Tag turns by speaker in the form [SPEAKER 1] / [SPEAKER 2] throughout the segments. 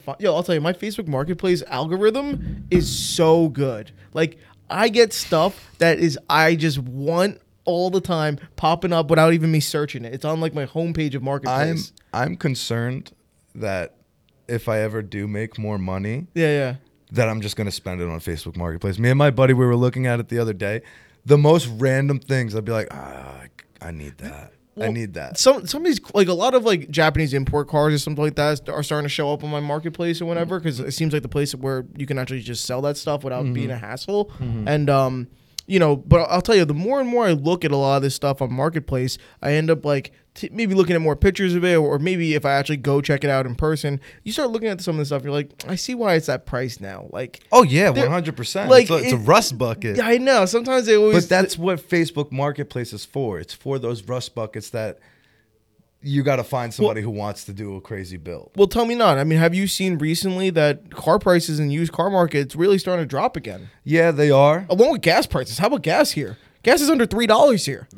[SPEAKER 1] fi- yo, I'll tell you, my Facebook Marketplace algorithm is so good. Like I get stuff that is I just want all the time popping up without even me searching it. It's on like my homepage of
[SPEAKER 2] I'm
[SPEAKER 1] Marketplace.
[SPEAKER 2] I'm concerned that if I ever do make more money,
[SPEAKER 1] yeah, yeah.
[SPEAKER 2] that I'm just gonna spend it on Facebook Marketplace. Me and my buddy, we were looking at it the other day. The most random things, I'd be like, ah, I need that. I
[SPEAKER 1] Well,
[SPEAKER 2] need that.
[SPEAKER 1] Some some of these like a lot of like Japanese import cars or something like that are starting to show up on my marketplace or whatever because it seems like the place where you can actually just sell that stuff without being a hassle. And um, you know, but I'll tell you, the more and more I look at a lot of this stuff on marketplace, I end up like t- maybe looking at more pictures of it, or maybe if I actually go check it out in person, you start looking at some of this stuff, you're like, I see why it's that price now. Like,
[SPEAKER 2] Oh yeah,
[SPEAKER 1] There-
[SPEAKER 2] one hundred percent.
[SPEAKER 1] like,
[SPEAKER 2] It's a- it's a
[SPEAKER 1] it-
[SPEAKER 2] rust bucket.
[SPEAKER 1] I know sometimes they always
[SPEAKER 2] But that's what Facebook Marketplace is for. It's for those rust buckets that you got to find somebody who wants to do a crazy build.
[SPEAKER 1] Well, tell me not. I mean, have you seen recently that car prices in used car markets really starting to drop again?
[SPEAKER 2] Yeah, they are.
[SPEAKER 1] Along with gas prices. How about gas here? Gas is under three dollars here.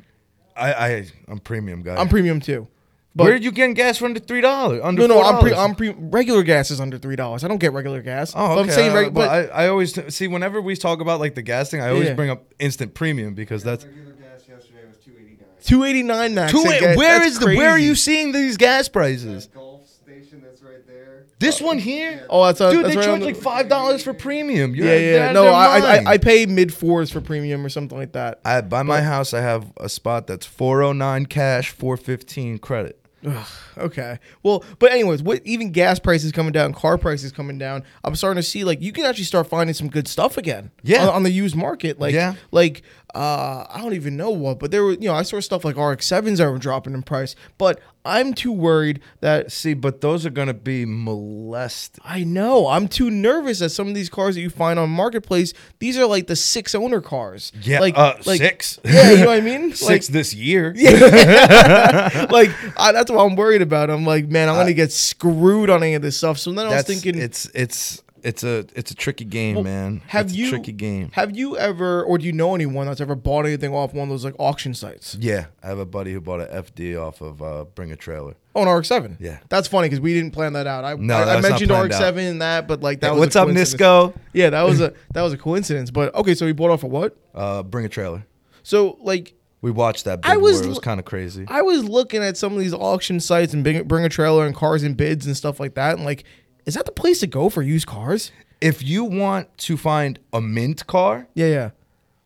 [SPEAKER 2] I, I I'm premium guy.
[SPEAKER 1] I'm premium too. But
[SPEAKER 2] Where are you getting gas for under three dollars? Under
[SPEAKER 1] no, no,
[SPEAKER 2] $4?
[SPEAKER 1] I'm pre- I'm pre- regular gas is under three dollars. I don't get regular gas.
[SPEAKER 2] Oh, okay.
[SPEAKER 1] But I'm saying
[SPEAKER 2] uh,
[SPEAKER 1] reg-
[SPEAKER 2] but
[SPEAKER 1] but
[SPEAKER 2] I, I always t- see whenever we talk about like the gas thing, I always
[SPEAKER 1] Yeah.
[SPEAKER 2] bring up instant premium because that's
[SPEAKER 3] Regular gas yesterday was 289.
[SPEAKER 1] two eighty nine max.
[SPEAKER 2] Two-
[SPEAKER 1] I get.
[SPEAKER 2] where
[SPEAKER 1] That's
[SPEAKER 2] is the where are
[SPEAKER 1] crazy.
[SPEAKER 2] you seeing these gas prices?
[SPEAKER 3] That Gulf station that's right there.
[SPEAKER 2] This one here,
[SPEAKER 1] Oh, that's uh,
[SPEAKER 2] dude,
[SPEAKER 1] that's
[SPEAKER 2] they
[SPEAKER 1] right
[SPEAKER 2] charge
[SPEAKER 1] on
[SPEAKER 2] like
[SPEAKER 1] the-
[SPEAKER 2] five dollars for premium. You're
[SPEAKER 1] Yeah,
[SPEAKER 2] out of
[SPEAKER 1] yeah.
[SPEAKER 2] their
[SPEAKER 1] No, I, I
[SPEAKER 2] mind.
[SPEAKER 1] I- I pay mid fours for premium or something like that.
[SPEAKER 2] I by my house I have a spot that's 409 cash, 415 credit.
[SPEAKER 1] Okay. Well, but anyways, what even gas prices coming down, car prices coming down. I'm starting to see like you can actually start finding some good stuff again.
[SPEAKER 2] Yeah.
[SPEAKER 1] On, on the used market, like
[SPEAKER 2] Yeah.
[SPEAKER 1] like uh, I don't even know what, but there were you know I saw stuff like RX sevens that were dropping in price, but I'm too worried that
[SPEAKER 2] See, but those are going to be molested.
[SPEAKER 1] I know I'm too nervous that some of these cars that you find on marketplace, these are like the six owner cars.
[SPEAKER 2] Yeah,
[SPEAKER 1] Like,
[SPEAKER 2] uh,
[SPEAKER 1] like
[SPEAKER 2] six.
[SPEAKER 1] Yeah, you know what I mean. Like,
[SPEAKER 2] Six this year.
[SPEAKER 1] like I, that's what I'm worried about. I'm like, man, I'm gonna get screwed on any of this stuff. So then I was
[SPEAKER 2] That's
[SPEAKER 1] thinking,
[SPEAKER 2] it's it's it's a it's a tricky game, man.
[SPEAKER 1] Have
[SPEAKER 2] it's
[SPEAKER 1] you
[SPEAKER 2] a tricky game?
[SPEAKER 1] Have you ever, or do you know anyone that's ever bought anything off one of those like auction sites
[SPEAKER 2] yeah, I have a buddy who bought a FD off of uh, Bring a Trailer.
[SPEAKER 1] on RX7?
[SPEAKER 2] Yeah.
[SPEAKER 1] that's funny because we didn't plan that out. I,
[SPEAKER 2] No,
[SPEAKER 1] I,
[SPEAKER 2] that
[SPEAKER 1] I
[SPEAKER 2] was not
[SPEAKER 1] mentioned
[SPEAKER 2] planned
[SPEAKER 1] RX7 and that, but like that.
[SPEAKER 2] Hey,
[SPEAKER 1] was a
[SPEAKER 2] what's up,
[SPEAKER 1] coincidence.
[SPEAKER 2] Nisco?
[SPEAKER 1] Yeah, that was a that was a coincidence. But okay, so he bought off of what?
[SPEAKER 2] Uh, bring a Trailer.
[SPEAKER 1] So like
[SPEAKER 2] We watched that. Big
[SPEAKER 1] I was
[SPEAKER 2] war. It was
[SPEAKER 1] l-
[SPEAKER 2] kind of crazy.
[SPEAKER 1] I was looking at some of these auction sites and bring, bring a trailer and cars and bids and stuff like that, and like, is that the place to go for used cars?
[SPEAKER 2] if you want to find a mint car
[SPEAKER 1] Yeah, yeah.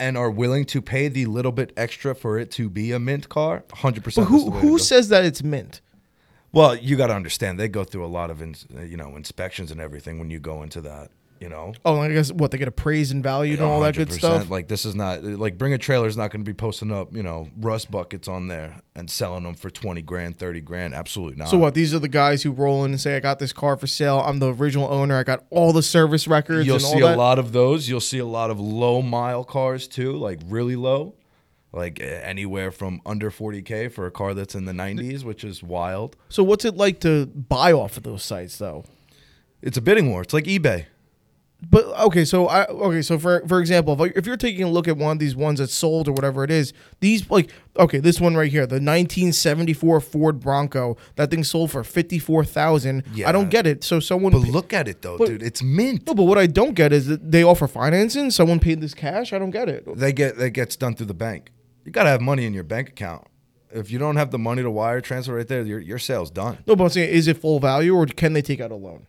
[SPEAKER 2] and are willing to pay the little bit extra for it to be a mint car, hundred percent.
[SPEAKER 1] Who who says that it's mint?
[SPEAKER 2] Well, you got to understand they go through a lot of ins- uh, you know inspections and everything when you go into that. You know,
[SPEAKER 1] Oh, I guess what they get appraised and valued and all that good
[SPEAKER 2] 100%.
[SPEAKER 1] stuff.
[SPEAKER 2] Like this is not like bring a trailer's not going to be posting up you know rust buckets on there and selling them for twenty grand, thirty grand. Absolutely not.
[SPEAKER 1] So what? These are the guys who roll in and say, "I got this car for sale. I'm the original owner. I got all the service records."
[SPEAKER 2] You'll
[SPEAKER 1] and all
[SPEAKER 2] see
[SPEAKER 1] that.
[SPEAKER 2] a lot of those. You'll see a lot of low mile cars too, like really low, like uh, anywhere from under 40k for a car that's in the 90s, which is wild.
[SPEAKER 1] So what's it like to buy off of those sites, though?
[SPEAKER 2] It's a bidding war. It's like eBay.
[SPEAKER 1] But okay, so I okay, so for for example, if, I- if you're taking a look at one of these ones that's sold or whatever it is, these like okay, this one right here, the 1974 Ford Bronco, that thing sold for fifty four thousand.
[SPEAKER 2] Yeah.
[SPEAKER 1] I don't get it. So someone.
[SPEAKER 2] But
[SPEAKER 1] pa-
[SPEAKER 2] look at it though, dude. It's mint.
[SPEAKER 1] no, but what I don't get is that they offer financing. Someone paid this cash. I don't get it.
[SPEAKER 2] They get that gets done through the bank. You gotta have money in your bank account. If you don't have the money to wire transfer right there, your your sale's done.
[SPEAKER 1] No, but I'm saying, is it full value or can they take out a loan?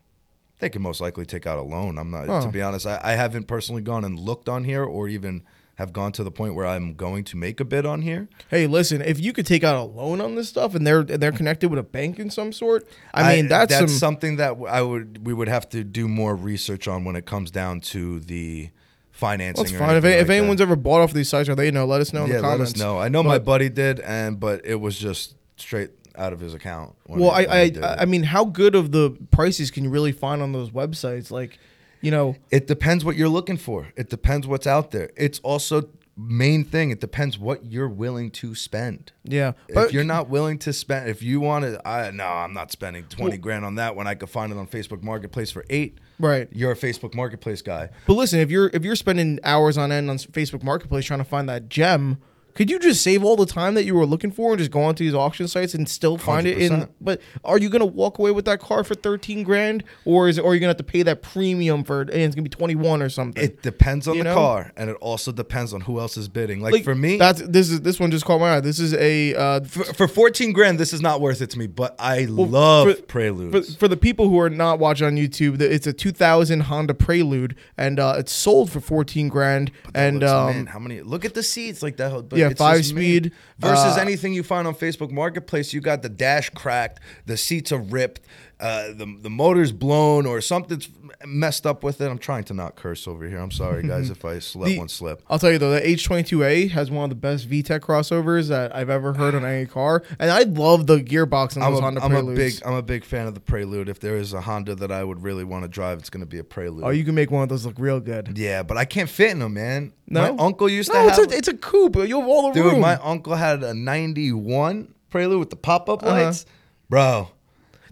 [SPEAKER 2] They can most likely take out a loan. I'm not
[SPEAKER 1] Oh.
[SPEAKER 2] to be honest. I, I haven't personally gone and looked on here, or even have gone to the point where I'm going to make a bid on here.
[SPEAKER 1] Hey, listen, if you could take out a loan on this stuff and they're and they're connected with a bank in some sort, I mean that's, some,
[SPEAKER 2] something that w- I would we would have to do more research on when it comes down to the financing.
[SPEAKER 1] that's
[SPEAKER 2] or
[SPEAKER 1] fine. If,
[SPEAKER 2] anything
[SPEAKER 1] if
[SPEAKER 2] like
[SPEAKER 1] anyone's
[SPEAKER 2] that.
[SPEAKER 1] ever bought off these sites or they know, let us know in
[SPEAKER 2] yeah,
[SPEAKER 1] the comments.
[SPEAKER 2] let us know. I know my
[SPEAKER 1] But-
[SPEAKER 2] buddy did, and but it was just straight out of his account. when
[SPEAKER 1] Well, I
[SPEAKER 2] he- when he
[SPEAKER 1] I,
[SPEAKER 2] did
[SPEAKER 1] I
[SPEAKER 2] it.
[SPEAKER 1] I mean, how good of the prices can you really find on those websites? Like, you know,
[SPEAKER 2] it depends what you're looking for. It depends what's out there. It's also main thing. It depends what you're willing to spend.
[SPEAKER 1] yeah.
[SPEAKER 2] if you're not willing to spend, if you want to, I no, I'm not spending twenty grand on that when I could find it on Facebook Marketplace for eight.
[SPEAKER 1] right,
[SPEAKER 2] You're a Facebook Marketplace guy.
[SPEAKER 1] but listen, if you're if you're spending hours on end on Facebook Marketplace trying to find that gem, Could you just save all the time that you were looking for and just go onto these auction sites and still find it in?
[SPEAKER 2] 100%.
[SPEAKER 1] But are you gonna walk away with that car for thirteen grand, or is or are you gonna have to pay that premium for it? And it's gonna be twenty one or something.
[SPEAKER 2] It depends on
[SPEAKER 1] You
[SPEAKER 2] the
[SPEAKER 1] know?
[SPEAKER 2] car, and it also depends on who else is bidding. Like, for me,
[SPEAKER 1] that's this is this one just caught my eye. This is a uh,
[SPEAKER 2] for, for 14 grand, this is not worth it to me, but I
[SPEAKER 1] for-
[SPEAKER 2] love
[SPEAKER 1] for,
[SPEAKER 2] Preludes.
[SPEAKER 1] for the people who are not watching on YouTube, the, it's a 2000 Honda Prelude, and uh, it's sold for 14 grand. And
[SPEAKER 2] Looks,
[SPEAKER 1] um,
[SPEAKER 2] man, how many? Look at the seats, like that. But
[SPEAKER 1] Yeah,
[SPEAKER 2] it's just
[SPEAKER 1] five speed,
[SPEAKER 2] me. versus
[SPEAKER 1] uh,
[SPEAKER 2] anything you find on Facebook Marketplace. You got the dash cracked, the seats are ripped, uh, the the motor's blown, or something's messed up with it. I'm trying to not curse over here. I'm sorry, guys, if I s- let
[SPEAKER 1] The-
[SPEAKER 2] one slip.
[SPEAKER 1] I'll tell you though, the H22A has one of the best VTEC crossovers that I've ever heard on any car, and I love the gearbox on
[SPEAKER 2] I'm
[SPEAKER 1] those
[SPEAKER 2] a,
[SPEAKER 1] Honda
[SPEAKER 2] I'm a
[SPEAKER 1] Preludes.
[SPEAKER 2] big I'm a big fan of the Prelude. If there is a Honda that I would really want to drive, it's going to be a Prelude.
[SPEAKER 1] oh, you can make one of those look real good.
[SPEAKER 2] yeah, but I can't fit in them, man.
[SPEAKER 1] No?
[SPEAKER 2] My uncle used
[SPEAKER 1] No,
[SPEAKER 2] to
[SPEAKER 1] it's
[SPEAKER 2] have
[SPEAKER 1] a, it's a coupe. You have all the
[SPEAKER 2] Dude,
[SPEAKER 1] room.
[SPEAKER 2] my uncle had a 91 Prelude with the
[SPEAKER 1] Uh-huh.
[SPEAKER 2] pop-up lights. Bro,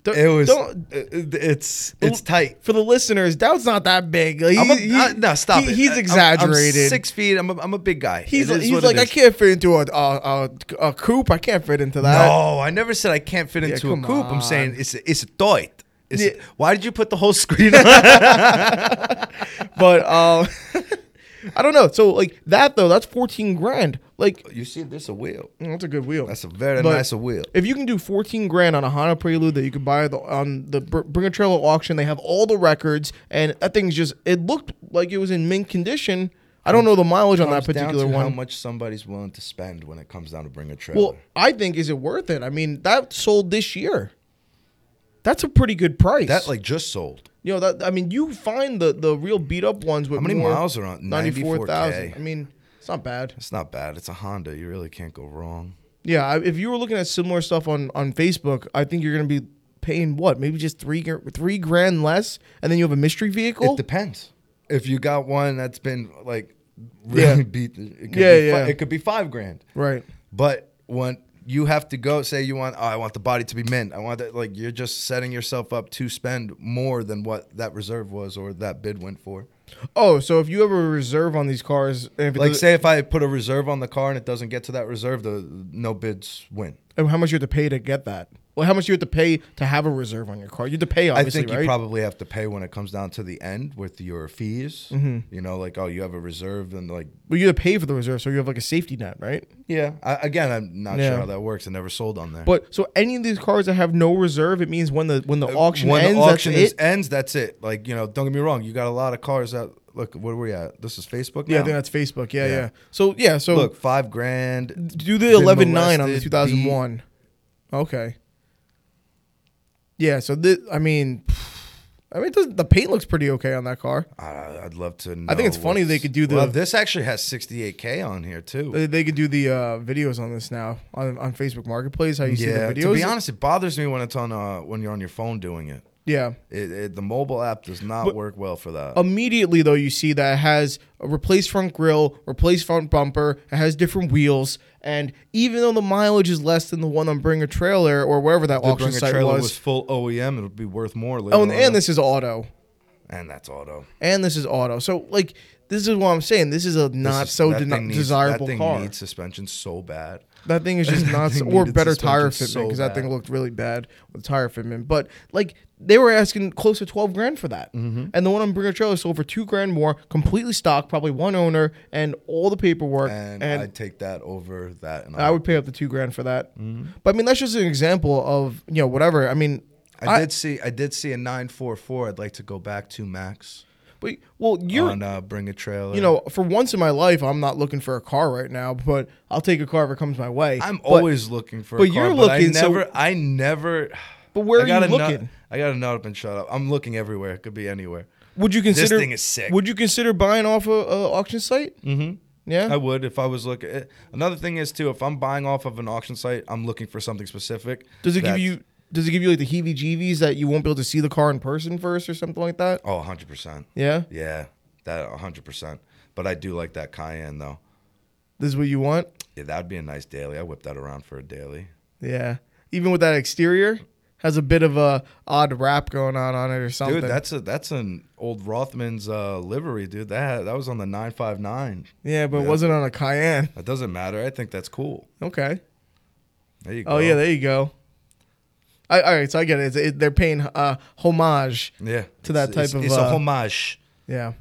[SPEAKER 1] Don't-
[SPEAKER 2] it was
[SPEAKER 1] don't-
[SPEAKER 2] it- it's it's tight.
[SPEAKER 1] for the listeners, Dowd's not that big. Like,
[SPEAKER 2] I'm a,
[SPEAKER 1] he- he-
[SPEAKER 2] I- no, stop
[SPEAKER 1] he-
[SPEAKER 2] it.
[SPEAKER 1] He's
[SPEAKER 2] I- I'm-
[SPEAKER 1] exaggerated.
[SPEAKER 2] I'm six feet. I'm a, I'm a big guy.
[SPEAKER 1] He's,
[SPEAKER 2] It is
[SPEAKER 1] he's
[SPEAKER 2] what it
[SPEAKER 1] like, I
[SPEAKER 2] is."
[SPEAKER 1] can't fit into a, a, a, a coupe. I can't fit into that.
[SPEAKER 2] No, I never said I can't fit into a
[SPEAKER 1] come
[SPEAKER 2] coupe. I'm saying it's a, it's a toit. It's
[SPEAKER 1] Yeah.
[SPEAKER 2] Why did you put the whole screen on?
[SPEAKER 1] But um, I don't know. So like that though, that's fourteen grand. Like
[SPEAKER 2] you see, there's a wheel.
[SPEAKER 1] that's a good wheel.
[SPEAKER 2] That's a very
[SPEAKER 1] But
[SPEAKER 2] nice wheel.
[SPEAKER 1] If you can do fourteen grand on a Honda Prelude that you could buy at the, on the Br- Bring a Trailer auction, they have all the records, and that thing's just it looked like it was in mint condition. I don't know the mileage on that
[SPEAKER 2] Comes down
[SPEAKER 1] particular
[SPEAKER 2] to How
[SPEAKER 1] one.
[SPEAKER 2] much somebody's willing to spend when it comes down to bring a trailer.
[SPEAKER 1] Well, I think is it worth it? I mean, that sold this year. That's a pretty good price.
[SPEAKER 2] that like just sold.
[SPEAKER 1] you know that I mean, you find the the real beat up ones with
[SPEAKER 2] How many
[SPEAKER 1] more-
[SPEAKER 2] miles are on
[SPEAKER 1] 94,000.
[SPEAKER 2] 94K.
[SPEAKER 1] I mean, it's not bad.
[SPEAKER 2] It's not bad. It's a Honda. You really can't go wrong.
[SPEAKER 1] Yeah, I- if you were looking at similar stuff on on Facebook, I think you're going to be paying what, maybe just three gr- three grand less, and then you have a mystery vehicle.
[SPEAKER 2] It depends. If you got one that's been like
[SPEAKER 1] Yeah.
[SPEAKER 2] really beat, it could
[SPEAKER 1] Yeah,
[SPEAKER 2] be fi-
[SPEAKER 1] yeah.
[SPEAKER 2] it could be five grand.
[SPEAKER 1] right.
[SPEAKER 2] But when you have to go, say you want, oh, I want the body to be mint. I want that. Like you're just setting yourself up to spend more than what that reserve was or that bid went for.
[SPEAKER 1] Oh, so if you have a reserve on these cars, and if it
[SPEAKER 2] Like
[SPEAKER 1] doesn't-
[SPEAKER 2] say if I put a reserve on the car and it doesn't get to that reserve, the no bids win.
[SPEAKER 1] and how much you have to pay to get that? Well, how much you have to pay to have a reserve on your car? You have to pay,
[SPEAKER 2] I
[SPEAKER 1] obviously,
[SPEAKER 2] think you
[SPEAKER 1] right?
[SPEAKER 2] probably have to pay when it comes down to the end with your fees.
[SPEAKER 1] Mm-hmm.
[SPEAKER 2] You know, like oh, you have a reserve and like
[SPEAKER 1] but you have to pay for the reserve, so you have like a safety net, right?
[SPEAKER 2] Yeah. I, again, I'm not
[SPEAKER 1] Yeah.
[SPEAKER 2] sure how that works. I never sold on there.
[SPEAKER 1] But so any of these cars that have no reserve, it means when the when the auction
[SPEAKER 2] Uh, when
[SPEAKER 1] ends,
[SPEAKER 2] the auction
[SPEAKER 1] that's
[SPEAKER 2] is,
[SPEAKER 1] it.
[SPEAKER 2] ends, that's it. Like you know, don't get me wrong. You got a lot of cars that look. Where were we at? This is Facebook.
[SPEAKER 1] yeah, I
[SPEAKER 2] now?
[SPEAKER 1] think that's Facebook. Yeah, yeah.
[SPEAKER 2] Yeah.
[SPEAKER 1] So yeah, so
[SPEAKER 2] look five grand.
[SPEAKER 1] do the
[SPEAKER 2] been
[SPEAKER 1] eleven nine on the
[SPEAKER 2] molested,
[SPEAKER 1] two thousand one. Okay. Yeah, so this, I mean, I mean, it doesn't, the paint looks pretty okay on that car.
[SPEAKER 2] I, I'd love to. know.
[SPEAKER 1] I think it's funny they
[SPEAKER 2] what's-
[SPEAKER 1] could do the-
[SPEAKER 2] Well, this actually has 68k on here too.
[SPEAKER 1] They, they could do the uh, videos on this now on, on Facebook Marketplace. How you
[SPEAKER 2] Yeah.
[SPEAKER 1] see the videos?
[SPEAKER 2] To be honest, it bothers me when it's on uh, when you're on your phone doing it.
[SPEAKER 1] yeah.
[SPEAKER 2] It, it the mobile app does not work well for that.
[SPEAKER 1] Immediately though, you see that it has a replaced front grille, replaced front bumper. It has different wheels, and even though the mileage is less than the one on Bring a Trailer or wherever that
[SPEAKER 2] If
[SPEAKER 1] auction
[SPEAKER 2] bring a
[SPEAKER 1] site
[SPEAKER 2] trailer
[SPEAKER 1] was.
[SPEAKER 2] was full OEM, it would be worth more. Later
[SPEAKER 1] oh, and,
[SPEAKER 2] on.
[SPEAKER 1] and this is auto.
[SPEAKER 2] and that's auto.
[SPEAKER 1] and this is auto. So like this is what I'm saying. This is a
[SPEAKER 2] This
[SPEAKER 1] not
[SPEAKER 2] is-
[SPEAKER 1] so
[SPEAKER 2] that
[SPEAKER 1] de-
[SPEAKER 2] thing needs-
[SPEAKER 1] desirable
[SPEAKER 2] that thing
[SPEAKER 1] car.
[SPEAKER 2] Needs suspension so bad.
[SPEAKER 1] that thing is just not so,
[SPEAKER 2] thing
[SPEAKER 1] or
[SPEAKER 2] needed
[SPEAKER 1] better tire
[SPEAKER 2] suspension
[SPEAKER 1] fitment
[SPEAKER 2] so
[SPEAKER 1] because that thing
[SPEAKER 2] bad.
[SPEAKER 1] looked really bad with tire fitment. But like they were asking close to twelve grand for that,
[SPEAKER 2] Mm-hmm.
[SPEAKER 1] and the one on Bringer Trailer sold for two grand more, completely stock, probably one owner, and all the paperwork.
[SPEAKER 2] and,
[SPEAKER 1] And,
[SPEAKER 2] I'd take that over that. And
[SPEAKER 1] I would pay up the two grand for that.
[SPEAKER 2] Mm-hmm.
[SPEAKER 1] But I mean that's just an example of you know whatever. I mean.
[SPEAKER 2] I, did see. I did see a nine four four. I'd like to go back to Max
[SPEAKER 1] but, well, you're
[SPEAKER 2] on uh, bring a trailer.
[SPEAKER 1] you know, for once in my life, I'm not looking for a car right now, but I'll take a car if it comes my way.
[SPEAKER 2] I'm
[SPEAKER 1] But-
[SPEAKER 2] always looking for.
[SPEAKER 1] but
[SPEAKER 2] a car,
[SPEAKER 1] you're
[SPEAKER 2] I
[SPEAKER 1] looking, so-
[SPEAKER 2] never. I never.
[SPEAKER 1] But where
[SPEAKER 2] I
[SPEAKER 1] are
[SPEAKER 2] gotta
[SPEAKER 1] you
[SPEAKER 2] nut-
[SPEAKER 1] looking?
[SPEAKER 2] I gotta nut up and shut up. I'm looking everywhere. It could be anywhere.
[SPEAKER 1] Would you consider
[SPEAKER 2] thing is sick.
[SPEAKER 1] Would you consider buying off a, a auction site? Mm-hmm. Yeah.
[SPEAKER 2] I would if I was looking. eh, Another thing is too, if I'm buying off of an auction site, I'm looking for something specific.
[SPEAKER 1] does it give
[SPEAKER 2] that-
[SPEAKER 1] you Does it give you like the heebie-jeebies that you won't be able to see the car in person first or something like that?
[SPEAKER 2] Oh, 100 percent.
[SPEAKER 1] Yeah.
[SPEAKER 2] Yeah, that 100 percent. But I do like that Cayenne though.
[SPEAKER 1] This is what you want.
[SPEAKER 2] Yeah, that'd be a nice daily. I whip that around for a daily.
[SPEAKER 1] Yeah. Even with that exterior, has a bit of a odd rap going on on it or something.
[SPEAKER 2] Dude, that's a that's an old Rothman's uh, livery, dude. That that was on the nine five nine.
[SPEAKER 1] yeah, but it
[SPEAKER 2] Yeah.
[SPEAKER 1] wasn't on a Cayenne.
[SPEAKER 2] That doesn't matter. I think that's cool.
[SPEAKER 1] Okay.
[SPEAKER 2] There you go.
[SPEAKER 1] Oh yeah, there you go. I, all right, so I get it. It's, it they're paying uh, homage.
[SPEAKER 2] yeah.
[SPEAKER 1] to that
[SPEAKER 2] It's-
[SPEAKER 1] type
[SPEAKER 2] it's,
[SPEAKER 1] of,
[SPEAKER 2] It's a
[SPEAKER 1] uh,
[SPEAKER 2] homage.
[SPEAKER 1] Yeah.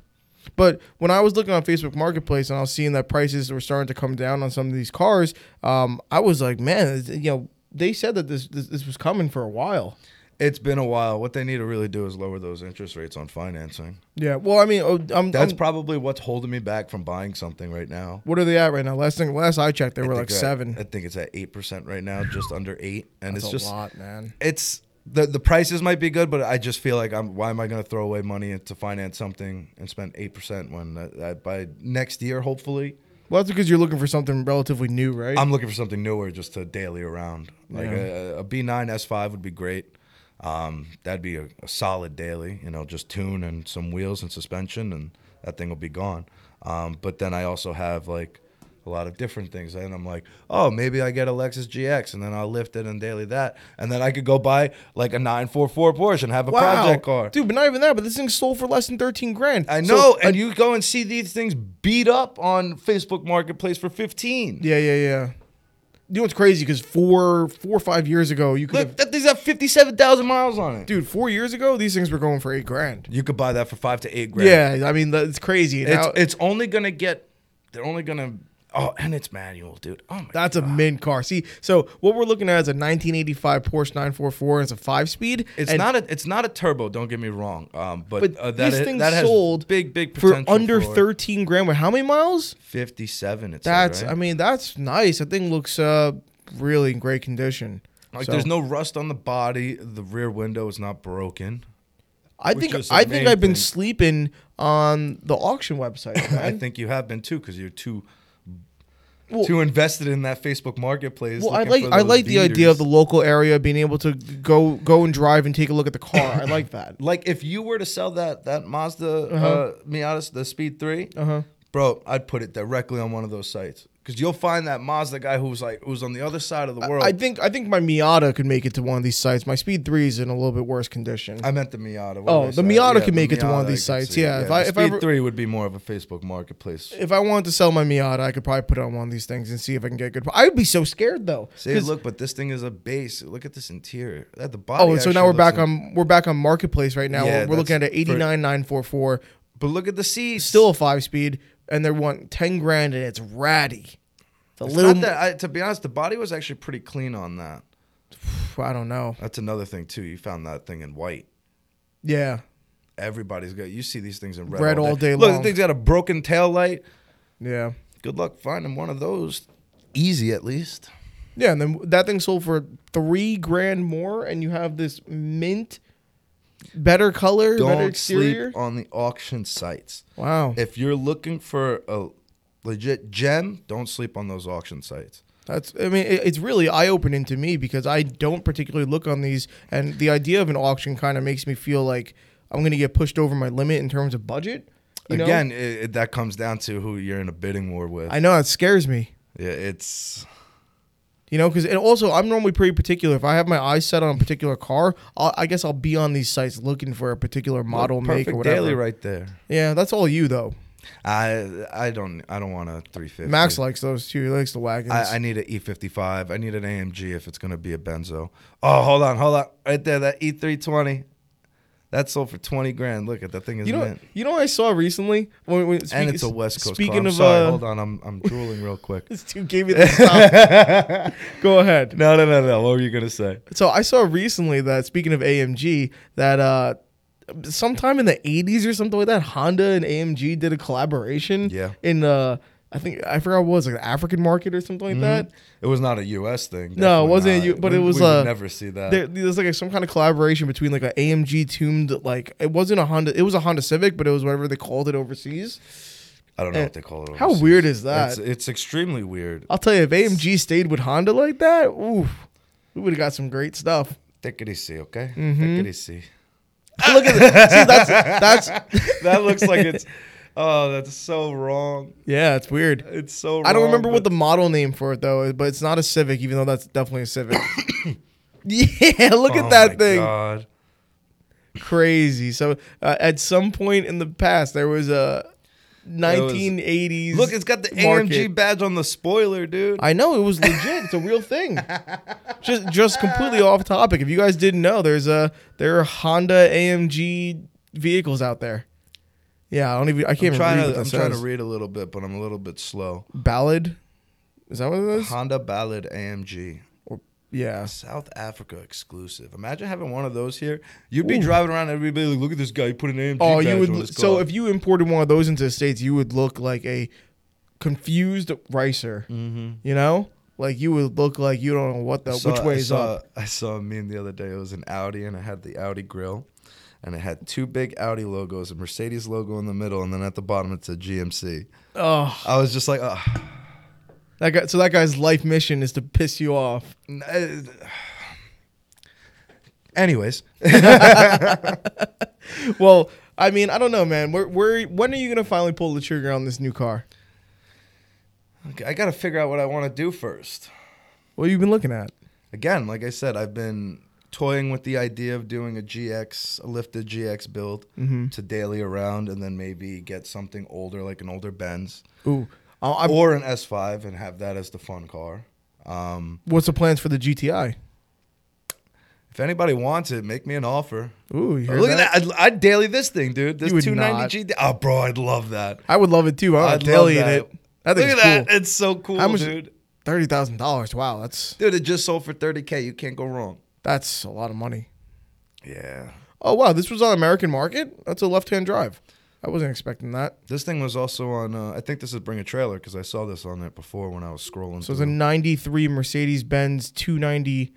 [SPEAKER 1] But when I was looking on Facebook Marketplace and I was seeing that prices were starting to come down on some of these cars, um, I was like, man, it's- you know, they said that this this, this was coming for a while.
[SPEAKER 2] It's been a while. What they need to really do is lower those interest rates on financing.
[SPEAKER 1] Yeah. Well, I mean, oh, I'm,
[SPEAKER 2] That's
[SPEAKER 1] I'm-
[SPEAKER 2] probably what's holding me back from buying something right now.
[SPEAKER 1] what are they at right now? Last thing, last I checked, they were
[SPEAKER 2] I
[SPEAKER 1] like
[SPEAKER 2] think I-
[SPEAKER 1] seven.
[SPEAKER 2] I think it's at eight percent right now, just under eight, and
[SPEAKER 1] That's
[SPEAKER 2] it's
[SPEAKER 1] a
[SPEAKER 2] just
[SPEAKER 1] lot, man.
[SPEAKER 2] it's the the prices might be good, but I just feel like I'm. Why am I going to throw away money to finance something and spend eight percent when uh, by next year, hopefully,
[SPEAKER 1] Well, that's because you're looking for something relatively new, right?
[SPEAKER 2] I'm looking for something newer just to daily around. Like
[SPEAKER 1] Yeah.
[SPEAKER 2] a a B9 S5 would be great. Um, that'd be a, a solid daily, you know, just tune and some wheels and suspension, and that thing will be gone. Um, but then I also have like a lot of different things. And I'm like, oh, maybe I get a Lexus GX and then I'll lift it and daily that. And then I could go buy like a 944 Porsche and have a project car.
[SPEAKER 1] dude! But not even that. But this thing sold for less than thirteen grand.
[SPEAKER 2] I
[SPEAKER 1] So- uh,
[SPEAKER 2] know. and you go and see these things beat up on Facebook Marketplace for 15.
[SPEAKER 1] yeah, yeah, yeah. You know what's crazy? Because four, four or five years ago, you could
[SPEAKER 2] Look,
[SPEAKER 1] have,
[SPEAKER 2] that thing's got 57,000 miles on it.
[SPEAKER 1] dude. Four years ago, these things were going for eight grand.
[SPEAKER 2] You could buy that for five to eight grand.
[SPEAKER 1] Yeah, I mean that's crazy.
[SPEAKER 2] it's
[SPEAKER 1] Now-
[SPEAKER 2] it's only gonna get. They're only gonna. Oh, and it's manual, dude. Oh my.
[SPEAKER 1] that's a mint car. See, so what we're looking at is a 1985 Porsche 944. It's a five-speed.
[SPEAKER 2] It's
[SPEAKER 1] and
[SPEAKER 2] not a it's not a turbo. Don't get me wrong. Um, but,
[SPEAKER 1] But
[SPEAKER 2] uh, that
[SPEAKER 1] this
[SPEAKER 2] is-
[SPEAKER 1] thing
[SPEAKER 2] that has
[SPEAKER 1] sold
[SPEAKER 2] big big
[SPEAKER 1] for
[SPEAKER 2] potential
[SPEAKER 1] under
[SPEAKER 2] for
[SPEAKER 1] 13 grand. With how many miles?
[SPEAKER 2] fifty seven. It's
[SPEAKER 1] That's.
[SPEAKER 2] right?
[SPEAKER 1] I mean, that's nice. That thing looks uh really in great condition.
[SPEAKER 2] like
[SPEAKER 1] So-
[SPEAKER 2] there's no rust on the body. The rear window is not broken.
[SPEAKER 1] I
[SPEAKER 2] which
[SPEAKER 1] think
[SPEAKER 2] is the
[SPEAKER 1] I think
[SPEAKER 2] main
[SPEAKER 1] I've been
[SPEAKER 2] thing.
[SPEAKER 1] sleeping on the auction website.
[SPEAKER 2] I
[SPEAKER 1] Man.
[SPEAKER 2] think you have been too because you're too.
[SPEAKER 1] Well-
[SPEAKER 2] too invested in that Facebook marketplace.
[SPEAKER 1] well, I
[SPEAKER 2] looking
[SPEAKER 1] like
[SPEAKER 2] for
[SPEAKER 1] I
[SPEAKER 2] those
[SPEAKER 1] like the idea of
[SPEAKER 2] beaters.
[SPEAKER 1] the local area being able to go go and drive and take a look at the car. I like that.
[SPEAKER 2] Like if you were to sell that that Mazda uh Miata, the Speed 3
[SPEAKER 1] Uh-huh.
[SPEAKER 2] bro, I'd put it directly on one of those sites because you'll find that Mazda guy who's like who's on the other side of the world. I,
[SPEAKER 1] I think I think my Miata could make it to one of these sites. My Speed Three is in a little bit worse condition.
[SPEAKER 2] meant the Miata.
[SPEAKER 1] Oh, the Miata can make it to one of these sites, yeah, if
[SPEAKER 2] if
[SPEAKER 1] I-
[SPEAKER 2] I,
[SPEAKER 1] if I
[SPEAKER 2] Speed
[SPEAKER 1] ever-
[SPEAKER 2] Three would be more of a Facebook Marketplace.
[SPEAKER 1] if I wanted to sell my Miata, I could probably put it on one of these things and see if I can get good. I would be so scared though.
[SPEAKER 2] Say,
[SPEAKER 1] 'cause-
[SPEAKER 2] look, but this thing is a base. Look at this interior. That the body.
[SPEAKER 1] oh, so now
[SPEAKER 2] actually
[SPEAKER 1] we're back
[SPEAKER 2] looks in-
[SPEAKER 1] on we're back on marketplace right now.
[SPEAKER 2] Yeah,
[SPEAKER 1] we're, we're looking at an
[SPEAKER 2] that's
[SPEAKER 1] eighty nine nine four four,
[SPEAKER 2] But look at the seats.
[SPEAKER 1] still a five speed, and they want ten grand, and it's ratty. It's a
[SPEAKER 2] It's
[SPEAKER 1] little.
[SPEAKER 2] not that. I, to be honest, the body was actually pretty clean on that.
[SPEAKER 1] I don't know.
[SPEAKER 2] That's another thing too. You found that thing in white.
[SPEAKER 1] Yeah,
[SPEAKER 2] Everybody's got. You see these things in red,
[SPEAKER 1] Red all day
[SPEAKER 2] Look,
[SPEAKER 1] long.
[SPEAKER 2] the thing's got a broken tail light.
[SPEAKER 1] yeah,
[SPEAKER 2] Good luck finding one of those. Easy, at least.
[SPEAKER 1] yeah. And then that thing sold for three grand more, and you have this mint, better color, better
[SPEAKER 2] Don't
[SPEAKER 1] exterior.
[SPEAKER 2] sleep on the auction sites.
[SPEAKER 1] Wow,
[SPEAKER 2] If you're looking for a legit gem, don't sleep on those auction sites.
[SPEAKER 1] that's. I mean, it, it's really eye opening to me because I don't particularly look on these, and the idea of an auction kind of makes me feel like I'm going to get pushed over my limit in terms of budget. you know?
[SPEAKER 2] Again, it, it- that comes down to who you're in a bidding war with.
[SPEAKER 1] I know it scares me.
[SPEAKER 2] yeah, it's
[SPEAKER 1] You know, because and also I'm normally pretty particular. If I have my eyes set on a particular car, I'll, I guess I'll be on these sites looking for a particular model, make, or
[SPEAKER 2] perfect
[SPEAKER 1] whatever.
[SPEAKER 2] daily right there.
[SPEAKER 1] Yeah, that's all you though.
[SPEAKER 2] I I don't I don't want a 350.
[SPEAKER 1] Max likes those too. He likes the wagons.
[SPEAKER 2] I, I need an E55. I need an AMG if it's going to be a Benzo. Oh, hold on, hold on, right there, that E E320. That sold for 20 grand. Look at that thing is
[SPEAKER 1] you know,
[SPEAKER 2] mint.
[SPEAKER 1] you know what I saw recently when, when
[SPEAKER 2] and
[SPEAKER 1] speak-
[SPEAKER 2] it's a West Coast.
[SPEAKER 1] Speaking
[SPEAKER 2] car. I'm
[SPEAKER 1] of,
[SPEAKER 2] sorry,
[SPEAKER 1] uh,
[SPEAKER 2] hold on, I'm I'm drooling real quick.
[SPEAKER 1] this dude gave me the stop. Go ahead.
[SPEAKER 2] No, no, no, no. What were you gonna say?
[SPEAKER 1] So I saw recently that speaking of AMG, that uh, sometime in the '80s or something like that, Honda and AMG did a collaboration.
[SPEAKER 2] Yeah.
[SPEAKER 1] In uh, I think I forgot what it was like the African market or something like that.
[SPEAKER 2] It was not a U.S. thing.
[SPEAKER 1] No, it
[SPEAKER 2] definitely
[SPEAKER 1] wasn't a
[SPEAKER 2] not.
[SPEAKER 1] U- but
[SPEAKER 2] we,
[SPEAKER 1] it was,
[SPEAKER 2] We would
[SPEAKER 1] uh,
[SPEAKER 2] never see that.
[SPEAKER 1] There, there's like some kind of collaboration between like an AMG tuned like it wasn't a Honda, it was a Honda Civic, but it was whatever they called it overseas.
[SPEAKER 2] I don't know
[SPEAKER 1] eh,
[SPEAKER 2] what they call Oh, it.
[SPEAKER 1] How
[SPEAKER 2] overseas.
[SPEAKER 1] weird is that?
[SPEAKER 2] It's, it's extremely weird.
[SPEAKER 1] I'll tell you, if AMG stayed with Honda like that, oof, we would have got some great stuff.
[SPEAKER 2] Take it easy, okay? Take it easy.
[SPEAKER 1] Mm-hmm. Look at this. See, that's that's
[SPEAKER 2] That looks like it's. Oh, that's so wrong.
[SPEAKER 1] yeah, it's weird.
[SPEAKER 2] It's so.
[SPEAKER 1] I don't
[SPEAKER 2] wrong,
[SPEAKER 1] remember what
[SPEAKER 2] but-
[SPEAKER 1] the model name for it though, but it's not a Civic, even though that's definitely a Civic. Yeah, look
[SPEAKER 2] Oh
[SPEAKER 1] at that
[SPEAKER 2] my
[SPEAKER 1] thing.
[SPEAKER 2] God.
[SPEAKER 1] Crazy. So uh, at some point in the past, there was a 1980s.
[SPEAKER 2] Look, it's got the
[SPEAKER 1] market.
[SPEAKER 2] AMG badge on the spoiler, dude.
[SPEAKER 1] I know it was legit. It's a real thing. just just completely off topic. If you guys didn't know, there's a there are Honda AMG vehicles out there. Yeah, I don't even. I can't
[SPEAKER 2] I'm
[SPEAKER 1] even
[SPEAKER 2] trying
[SPEAKER 1] read.
[SPEAKER 2] to
[SPEAKER 1] what
[SPEAKER 2] I'm
[SPEAKER 1] that
[SPEAKER 2] trying to
[SPEAKER 1] says.
[SPEAKER 2] read a little bit, but I'm a little bit slow.
[SPEAKER 1] Ballad. Is that what it is?
[SPEAKER 2] Honda Ballad AMG.
[SPEAKER 1] Yeah.
[SPEAKER 2] South Africa exclusive. Imagine having one of those here. You'd be driving around, everybody like, look at this guy. He put an AMG.
[SPEAKER 1] Oh,
[SPEAKER 2] badge
[SPEAKER 1] you
[SPEAKER 2] On his
[SPEAKER 1] would. So
[SPEAKER 2] car."
[SPEAKER 1] if you imported one of those into the states, you would look like a confused racer.
[SPEAKER 2] Mm-hmm.
[SPEAKER 1] You know, like you would look like you don't know what the
[SPEAKER 2] I saw-
[SPEAKER 1] which
[SPEAKER 2] I
[SPEAKER 1] way is
[SPEAKER 2] saw,
[SPEAKER 1] up.
[SPEAKER 2] I saw a meme the other day. It was an Audi, and it had the Audi grill, and it had two big Audi logos, a Mercedes logo in the middle, and then at the bottom it said GMC.
[SPEAKER 1] Oh,
[SPEAKER 2] I was just like, oh,
[SPEAKER 1] that guy. So that guy's life mission is to piss you off.
[SPEAKER 2] uh, anyways,
[SPEAKER 1] Well, I mean, I don't know, man. Where, where, when are you gonna finally pull the trigger on this new car?
[SPEAKER 2] Okay, I got to figure out what I want to do first.
[SPEAKER 1] What you been looking at?
[SPEAKER 2] Again, like I said, I've been toying with the idea of doing a GX, a lifted GX build
[SPEAKER 1] Mm-hmm.
[SPEAKER 2] to daily around, and then maybe get something older, like an older Benz
[SPEAKER 1] Ooh, I- Oh, I'm-
[SPEAKER 2] or an S5, and have that as the fun car. Um,
[SPEAKER 1] what's the plans for the GTI?
[SPEAKER 2] If anybody wants it, make me an offer.
[SPEAKER 1] Ooh, you hear
[SPEAKER 2] Look at that. I'd, I'd daily this thing, dude. This
[SPEAKER 1] You would
[SPEAKER 2] 290 GT. Oh, bro, I'd love that.
[SPEAKER 1] I would love it too. I'm
[SPEAKER 2] I'd
[SPEAKER 1] daily in
[SPEAKER 2] love
[SPEAKER 1] it. That
[SPEAKER 2] Look
[SPEAKER 1] thing's
[SPEAKER 2] at
[SPEAKER 1] cool.
[SPEAKER 2] that. It's so cool,
[SPEAKER 1] How much-
[SPEAKER 2] dude.
[SPEAKER 1] Thirty thousand dollars. Wow, that's
[SPEAKER 2] Dude, it just sold for 30K. You can't go wrong.
[SPEAKER 1] that's a lot of money.
[SPEAKER 2] Yeah.
[SPEAKER 1] Oh wow, this was on American market. That's a left-hand drive. I wasn't expecting that.
[SPEAKER 2] This thing was also on, uh, I think this is Bring a Trailer because I saw this on it before when I was scrolling.
[SPEAKER 1] So it's a
[SPEAKER 2] through.
[SPEAKER 1] '93 Mercedes-Benz 290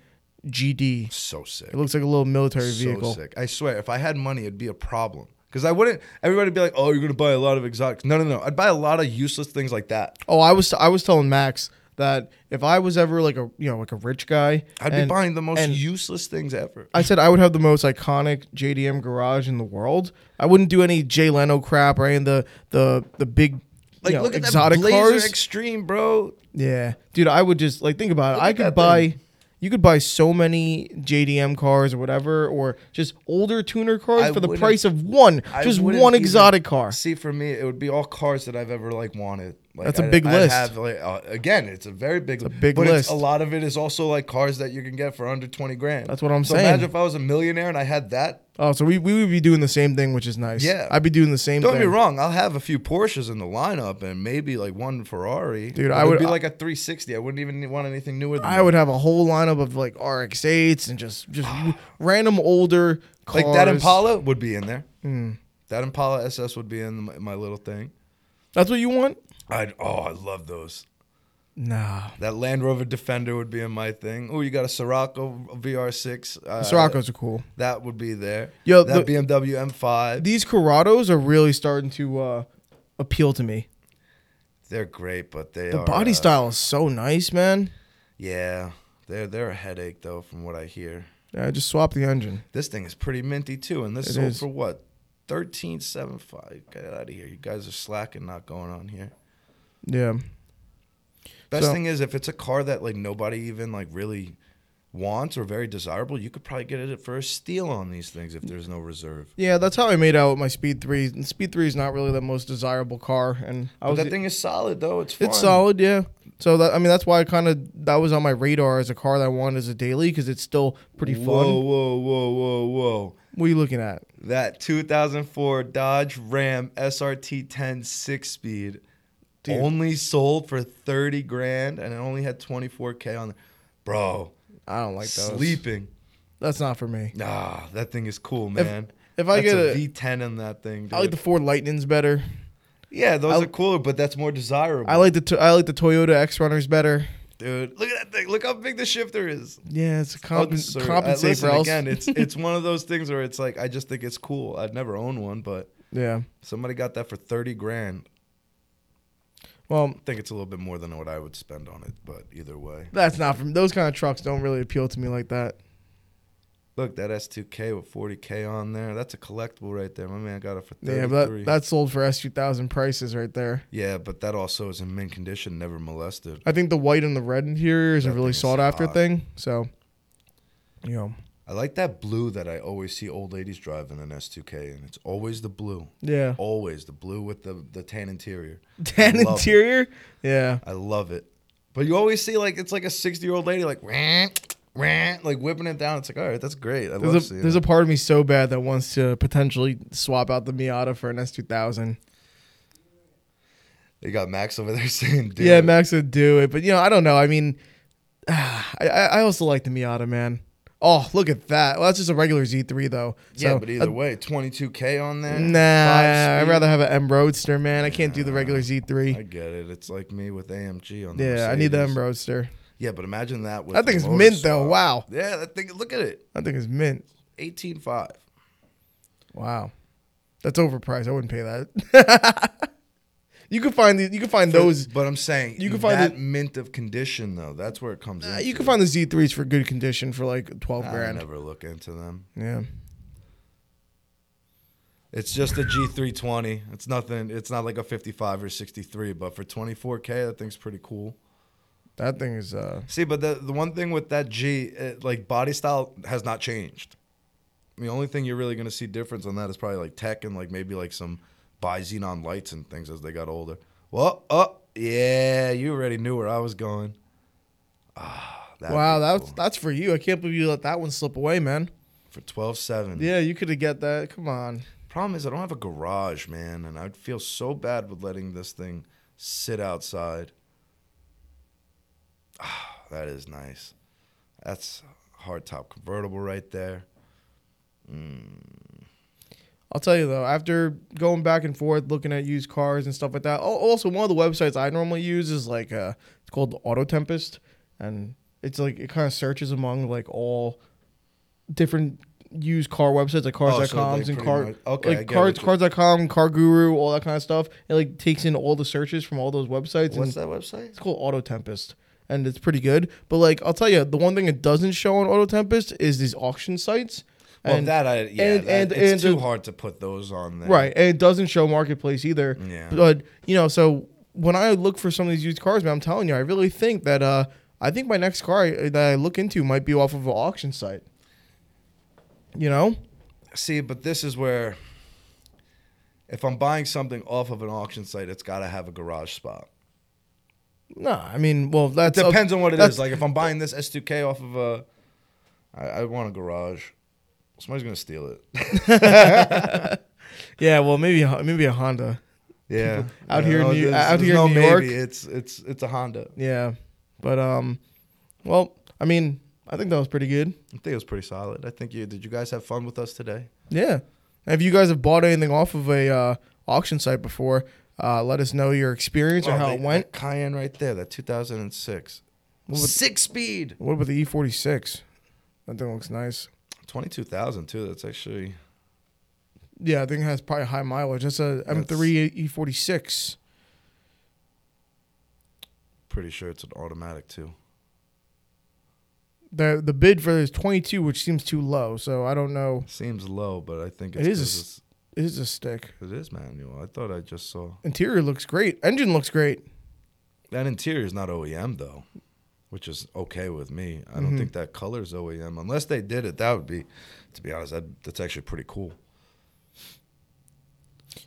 [SPEAKER 1] GD.
[SPEAKER 2] so sick.
[SPEAKER 1] It looks like a little military
[SPEAKER 2] so
[SPEAKER 1] vehicle.
[SPEAKER 2] sick. I swear, if I had money, it'd be a problem. Because I wouldn't, everybody would be like, oh, you're going to buy a lot of exotics. No, no, no. I'd buy a lot of useless things like that.
[SPEAKER 1] Oh, I was I was telling Max that if I was ever like a you know like a rich guy,
[SPEAKER 2] I'd
[SPEAKER 1] and-
[SPEAKER 2] be buying the most
[SPEAKER 1] and-
[SPEAKER 2] useless things ever.
[SPEAKER 1] I said I would have the most iconic JDM garage in the world. I wouldn't do any Jay Leno crap or any of the the the big
[SPEAKER 2] Like,
[SPEAKER 1] you know,
[SPEAKER 2] look at
[SPEAKER 1] exotic
[SPEAKER 2] that Blazer
[SPEAKER 1] cars.
[SPEAKER 2] Extreme, bro.
[SPEAKER 1] yeah, dude, I would just like think about it.
[SPEAKER 2] Look
[SPEAKER 1] I
[SPEAKER 2] at
[SPEAKER 1] could
[SPEAKER 2] that
[SPEAKER 1] buy, you could buy so many JDM cars or whatever, or just older tuner cars
[SPEAKER 2] I
[SPEAKER 1] for the
[SPEAKER 2] wouldn't-
[SPEAKER 1] price of one,
[SPEAKER 2] I
[SPEAKER 1] just
[SPEAKER 2] wouldn't
[SPEAKER 1] one
[SPEAKER 2] even-
[SPEAKER 1] exotic car.
[SPEAKER 2] See, for me, it would be all cars that I've ever like wanted. Like,
[SPEAKER 1] That's a
[SPEAKER 2] I'd-
[SPEAKER 1] big
[SPEAKER 2] I'd
[SPEAKER 1] list.
[SPEAKER 2] Have, like, uh, again, it's a very big, list.
[SPEAKER 1] big
[SPEAKER 2] but
[SPEAKER 1] list.
[SPEAKER 2] It's, a lot of it is also like cars that you can get for under twenty grand.
[SPEAKER 1] That's what I'm
[SPEAKER 2] so
[SPEAKER 1] saying.
[SPEAKER 2] Imagine if I was a millionaire and I had that.
[SPEAKER 1] Oh, so we, we would be doing the same thing, which is nice.
[SPEAKER 2] Yeah.
[SPEAKER 1] I'd be doing the same.
[SPEAKER 2] Don't
[SPEAKER 1] thing.
[SPEAKER 2] get me wrong. I'll have a few Porsches in the lineup and maybe like one Ferrari.
[SPEAKER 1] Dude,
[SPEAKER 2] But
[SPEAKER 1] I
[SPEAKER 2] it'd
[SPEAKER 1] would-
[SPEAKER 2] be like a 360. I wouldn't even want anything newer than
[SPEAKER 1] I
[SPEAKER 2] that.
[SPEAKER 1] would have a whole lineup of like RX8s and just just random older cars. Hmm.
[SPEAKER 2] Like that Impala would be in there. That Impala SS would be in my, my little thing.
[SPEAKER 1] That's what you want?
[SPEAKER 2] I'd oh, I love those.
[SPEAKER 1] Nah.
[SPEAKER 2] That Land Rover Defender would be in my thing. Oh, you got a Sirocco VR6. Uh,
[SPEAKER 1] Sirocco's are cool.
[SPEAKER 2] That would be there.
[SPEAKER 1] Yo,
[SPEAKER 2] that
[SPEAKER 1] the-
[SPEAKER 2] BMW M5.
[SPEAKER 1] These Corrados are really starting to uh, appeal to me.
[SPEAKER 2] they're great, but they
[SPEAKER 1] The
[SPEAKER 2] are,
[SPEAKER 1] body
[SPEAKER 2] uh,
[SPEAKER 1] style is so nice, man.
[SPEAKER 2] Yeah, they're they're a headache though, from what I hear.
[SPEAKER 1] Yeah, I just swapped the engine.
[SPEAKER 2] This thing is pretty minty too, and this
[SPEAKER 1] It
[SPEAKER 2] sold
[SPEAKER 1] is.
[SPEAKER 2] for what? Thirteen seven five. Get out of here! You guys are slacking. Not going on here.
[SPEAKER 1] Yeah.
[SPEAKER 2] Best
[SPEAKER 1] So-
[SPEAKER 2] thing is if it's a car that like nobody even like really wants or very desirable, you could probably get it for a steal on these things if there's no reserve.
[SPEAKER 1] Yeah, that's how I made out with my Speed 3. And Speed 3 is not really the most desirable car. And I
[SPEAKER 2] But
[SPEAKER 1] was e-
[SPEAKER 2] that thing is solid though. It's fun.
[SPEAKER 1] It's solid, yeah. So that I mean that's why I kind of that was on my radar as a car that I wanted as a daily because it's still pretty fun.
[SPEAKER 2] Whoa, whoa, whoa, whoa, whoa.
[SPEAKER 1] What are you looking at?
[SPEAKER 2] That 2004 Dodge Ram SRT 10 six speed
[SPEAKER 1] Dude.
[SPEAKER 2] only sold for 30 grand and it only had 24K on there. Bro,
[SPEAKER 1] I don't like those.
[SPEAKER 2] sleeping.
[SPEAKER 1] That's not for me.
[SPEAKER 2] Ah, that thing is cool, man.
[SPEAKER 1] if I
[SPEAKER 2] That's
[SPEAKER 1] get a-
[SPEAKER 2] a V10 in that thing, dude.
[SPEAKER 1] I like the Ford Lightnings better.
[SPEAKER 2] yeah, those
[SPEAKER 1] I-
[SPEAKER 2] are cooler, but that's more desirable.
[SPEAKER 1] I like the to- I like the Toyota X Runners better.
[SPEAKER 2] dude. Look at that thing. Look how big the shifter is.
[SPEAKER 1] Yeah, it's a comp-
[SPEAKER 2] Absurd. I-
[SPEAKER 1] compensate
[SPEAKER 2] Oh, uh, listen,
[SPEAKER 1] for else.
[SPEAKER 2] again. It's it's one of those things where it's like I just think it's cool. I'd never own one, but
[SPEAKER 1] yeah.
[SPEAKER 2] somebody got that for thirty grand.
[SPEAKER 1] Well,
[SPEAKER 2] I think it's a little bit more than what I would spend on it, but either way,
[SPEAKER 1] that's not from those kind of trucks. Don't really appeal to me like that.
[SPEAKER 2] look that S2K with forty K on there. That's a collectible right there. My man got it for thirty three.
[SPEAKER 1] Yeah, but that, that sold for S two thousand prices right there.
[SPEAKER 2] yeah, but that also is in mint condition, never molested.
[SPEAKER 1] I think the white and the red interior is a
[SPEAKER 2] That
[SPEAKER 1] really
[SPEAKER 2] thing is
[SPEAKER 1] sought after
[SPEAKER 2] hot.
[SPEAKER 1] thing. So You know.
[SPEAKER 2] I like that blue that I always see old ladies drive in an S2K, and it's always the blue.
[SPEAKER 1] Yeah.
[SPEAKER 2] Always the blue with the, the tan interior.
[SPEAKER 1] Tan
[SPEAKER 2] I love it.
[SPEAKER 1] interior. Yeah.
[SPEAKER 2] I love it. But you always see like it's like a 60 year old lady like "Wah, wah," like whipping it down. It's like all right, that's great. I love
[SPEAKER 1] There's a,
[SPEAKER 2] seeing
[SPEAKER 1] there's a
[SPEAKER 2] that.
[SPEAKER 1] part of me so bad that wants to potentially swap out the Miata for an S2000.
[SPEAKER 2] They got Max over there saying, "Dude,
[SPEAKER 1] Yeah, Max would do it, but you know, I don't know. I mean, I I I also like the Miata, man. Oh, look at that. Well, that's just a regular Z3 though.
[SPEAKER 2] yeah."
[SPEAKER 1] So,
[SPEAKER 2] but either
[SPEAKER 1] uh,
[SPEAKER 2] way, 22k on there.
[SPEAKER 1] nah,
[SPEAKER 2] five
[SPEAKER 1] I'd
[SPEAKER 2] speed.
[SPEAKER 1] rather have an M Roadster, man. I can't do the regular
[SPEAKER 2] I
[SPEAKER 1] Z3.
[SPEAKER 2] get it. It's like me with AMG on. The
[SPEAKER 1] Yeah, I need the M
[SPEAKER 2] Mercedes.
[SPEAKER 1] Roadster.
[SPEAKER 2] Yeah, but imagine that with
[SPEAKER 1] That
[SPEAKER 2] the
[SPEAKER 1] thing's
[SPEAKER 2] motor
[SPEAKER 1] mint though.
[SPEAKER 2] swap.
[SPEAKER 1] Wow,
[SPEAKER 2] Yeah, that thing. Look at it,
[SPEAKER 1] that thing is mint.
[SPEAKER 2] 18.5.
[SPEAKER 1] Wow, that's overpriced. I wouldn't pay that. you could find the, you could find those.
[SPEAKER 2] but I'm saying
[SPEAKER 1] you can find
[SPEAKER 2] that
[SPEAKER 1] it-
[SPEAKER 2] mint of condition though. That's where it comes
[SPEAKER 1] Uh,
[SPEAKER 2] in.
[SPEAKER 1] you could find the Z3s for good condition for like twelve
[SPEAKER 2] I
[SPEAKER 1] grand.
[SPEAKER 2] never look into them.
[SPEAKER 1] Yeah.
[SPEAKER 2] It's just a G320. It's nothing. It's not like a 55 or 63, but for 24k, that thing's pretty cool.
[SPEAKER 1] That thing is uh
[SPEAKER 2] See, but the the one thing with that G, it, like body style, has not changed. The only thing you're really gonna see difference on that is probably like tech and like maybe like some bi xenon lights and things as they got older. Well, oh yeah, you already knew where I was going. Ah, that'd
[SPEAKER 1] wow,
[SPEAKER 2] be
[SPEAKER 1] that's
[SPEAKER 2] cool.
[SPEAKER 1] that's for you. I can't believe you let that one slip away, man.
[SPEAKER 2] for 12.7.
[SPEAKER 1] Yeah, you could have get that. Come on.
[SPEAKER 2] Problem is, I don't have a garage, man, and I'd feel so bad with letting this thing sit outside. Ah, that is nice. That's hardtop convertible right there.
[SPEAKER 1] I'll tell you though, after going back and forth looking at used cars and stuff like that. al- Also, one of the websites I normally use is like uh it's called Auto Tempest and it's like it kind of searches among like all different used car websites like cars.com
[SPEAKER 2] Oh, so, like,
[SPEAKER 1] and
[SPEAKER 2] pretty
[SPEAKER 1] car
[SPEAKER 2] much- okay, I
[SPEAKER 1] like
[SPEAKER 2] get
[SPEAKER 1] cars
[SPEAKER 2] what you-
[SPEAKER 1] cars.com, car guru, all that kind of stuff. It like takes in all the searches from all those websites and
[SPEAKER 2] What's that website?
[SPEAKER 1] It's called Auto Tempest, and it's pretty good. But like, I'll tell you, the one thing it doesn't show on Auto Tempest is these auction sites.
[SPEAKER 2] Well,
[SPEAKER 1] and,
[SPEAKER 2] that I yeah,
[SPEAKER 1] and-
[SPEAKER 2] that-
[SPEAKER 1] and-
[SPEAKER 2] it's
[SPEAKER 1] and
[SPEAKER 2] too
[SPEAKER 1] the-
[SPEAKER 2] hard to put those on there.
[SPEAKER 1] right, and it doesn't show marketplace either.
[SPEAKER 2] Yeah.
[SPEAKER 1] But you know, so when I look for some of these used cars, man, I'm telling you, I really think that uh, I think my next car I, that I look into might be off of an auction site. You know,
[SPEAKER 2] See, but this is where if I'm buying something off of an auction site, it's got to have a garage spot.
[SPEAKER 1] no, I mean, well, that's up-
[SPEAKER 2] Depends on what it
[SPEAKER 1] that's-
[SPEAKER 2] is. Like if I'm buying this S2K off of a, I, I want a garage. Somebody's gonna steal it.
[SPEAKER 1] yeah, well, maybe a- maybe a Honda.
[SPEAKER 2] Yeah,
[SPEAKER 1] Out
[SPEAKER 2] Yeah,
[SPEAKER 1] here in
[SPEAKER 2] no,
[SPEAKER 1] New-
[SPEAKER 2] there's-
[SPEAKER 1] out
[SPEAKER 2] there's
[SPEAKER 1] here in
[SPEAKER 2] no
[SPEAKER 1] New
[SPEAKER 2] maybe.
[SPEAKER 1] York.
[SPEAKER 2] It's it's it's a Honda.
[SPEAKER 1] Yeah, but um, well, I mean, I think that was pretty good.
[SPEAKER 2] I think it was pretty solid. I think you did. You guys have fun with us today?
[SPEAKER 1] Yeah. If you guys have bought anything off of a uh, auction site before, uh, let us know your experience or
[SPEAKER 2] Wow,
[SPEAKER 1] how
[SPEAKER 2] they-
[SPEAKER 1] it went.
[SPEAKER 2] that Cayenne right there, that 2006,
[SPEAKER 1] What about-
[SPEAKER 2] six speed,
[SPEAKER 1] What about the E46? That thing looks nice.
[SPEAKER 2] 22,000 too. That's actually
[SPEAKER 1] Yeah, I think it has probably high mileage. That's a E M3 E46.
[SPEAKER 2] pretty sure it's an automatic too.
[SPEAKER 1] The the bid for this is 22, which seems too low. So I don't know.
[SPEAKER 2] Seems low, but I think
[SPEAKER 1] It
[SPEAKER 2] it's
[SPEAKER 1] is a
[SPEAKER 2] 'cause
[SPEAKER 1] s- It is a stick.
[SPEAKER 2] it's, it is manual. I thought I just saw
[SPEAKER 1] Interior looks great. Engine looks great.
[SPEAKER 2] that interior is not OEM though, which is okay with me. I
[SPEAKER 1] Mm-hmm.
[SPEAKER 2] don't think that color's OEM unless they did it. That would be, to be honest, that, that's actually pretty cool.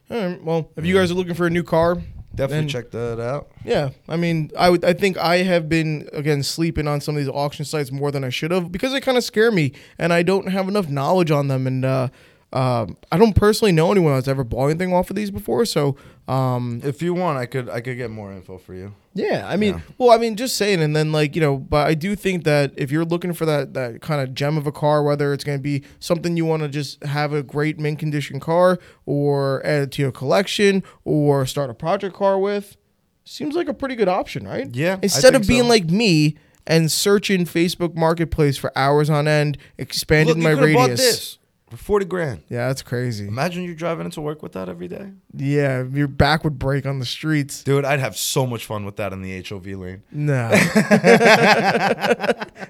[SPEAKER 1] All right, well, if you guys are looking for a new car,
[SPEAKER 2] Definitely
[SPEAKER 1] then-
[SPEAKER 2] check that out.
[SPEAKER 1] Yeah, I mean, I would. I think I have been again sleeping on some of these auction sites more than I should have because they kind of scare me, and I don't have enough knowledge on them, and uh, um I don't personally know anyone that's ever bought anything off of these before. So, um,
[SPEAKER 2] If you want, I could I could get more info for you.
[SPEAKER 1] yeah, I mean,
[SPEAKER 2] Yeah.
[SPEAKER 1] well, I mean, just saying, and then like you know, but I do think that if you're looking for that that kind of gem of a car, whether it's going to be something you want to just have a great mint condition car, or add to your collection, or start a project car with, seems like a pretty good option, right?
[SPEAKER 2] Yeah, I
[SPEAKER 1] Instead of
[SPEAKER 2] think
[SPEAKER 1] being
[SPEAKER 2] so.
[SPEAKER 1] like me and searching Facebook Marketplace for hours on end, expanding my
[SPEAKER 2] could've
[SPEAKER 1] radius.
[SPEAKER 2] for forty grand.
[SPEAKER 1] Yeah, that's crazy.
[SPEAKER 2] Imagine you driving into work with that every day,
[SPEAKER 1] Yeah, your back would break on the streets.
[SPEAKER 2] dude. I'd have so much fun with that in the HOV lane.
[SPEAKER 1] No.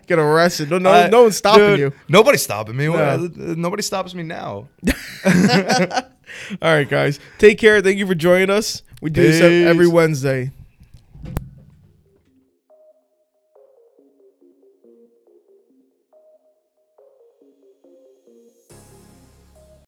[SPEAKER 1] Get arrested. No, no, no one's stopping you.
[SPEAKER 2] Uh, Nobody's stopping me.
[SPEAKER 1] No.
[SPEAKER 2] Nobody stops me now.
[SPEAKER 1] All right, guys. Take care. Thank you for joining us. We do this
[SPEAKER 2] Peace.
[SPEAKER 1] every Wednesday.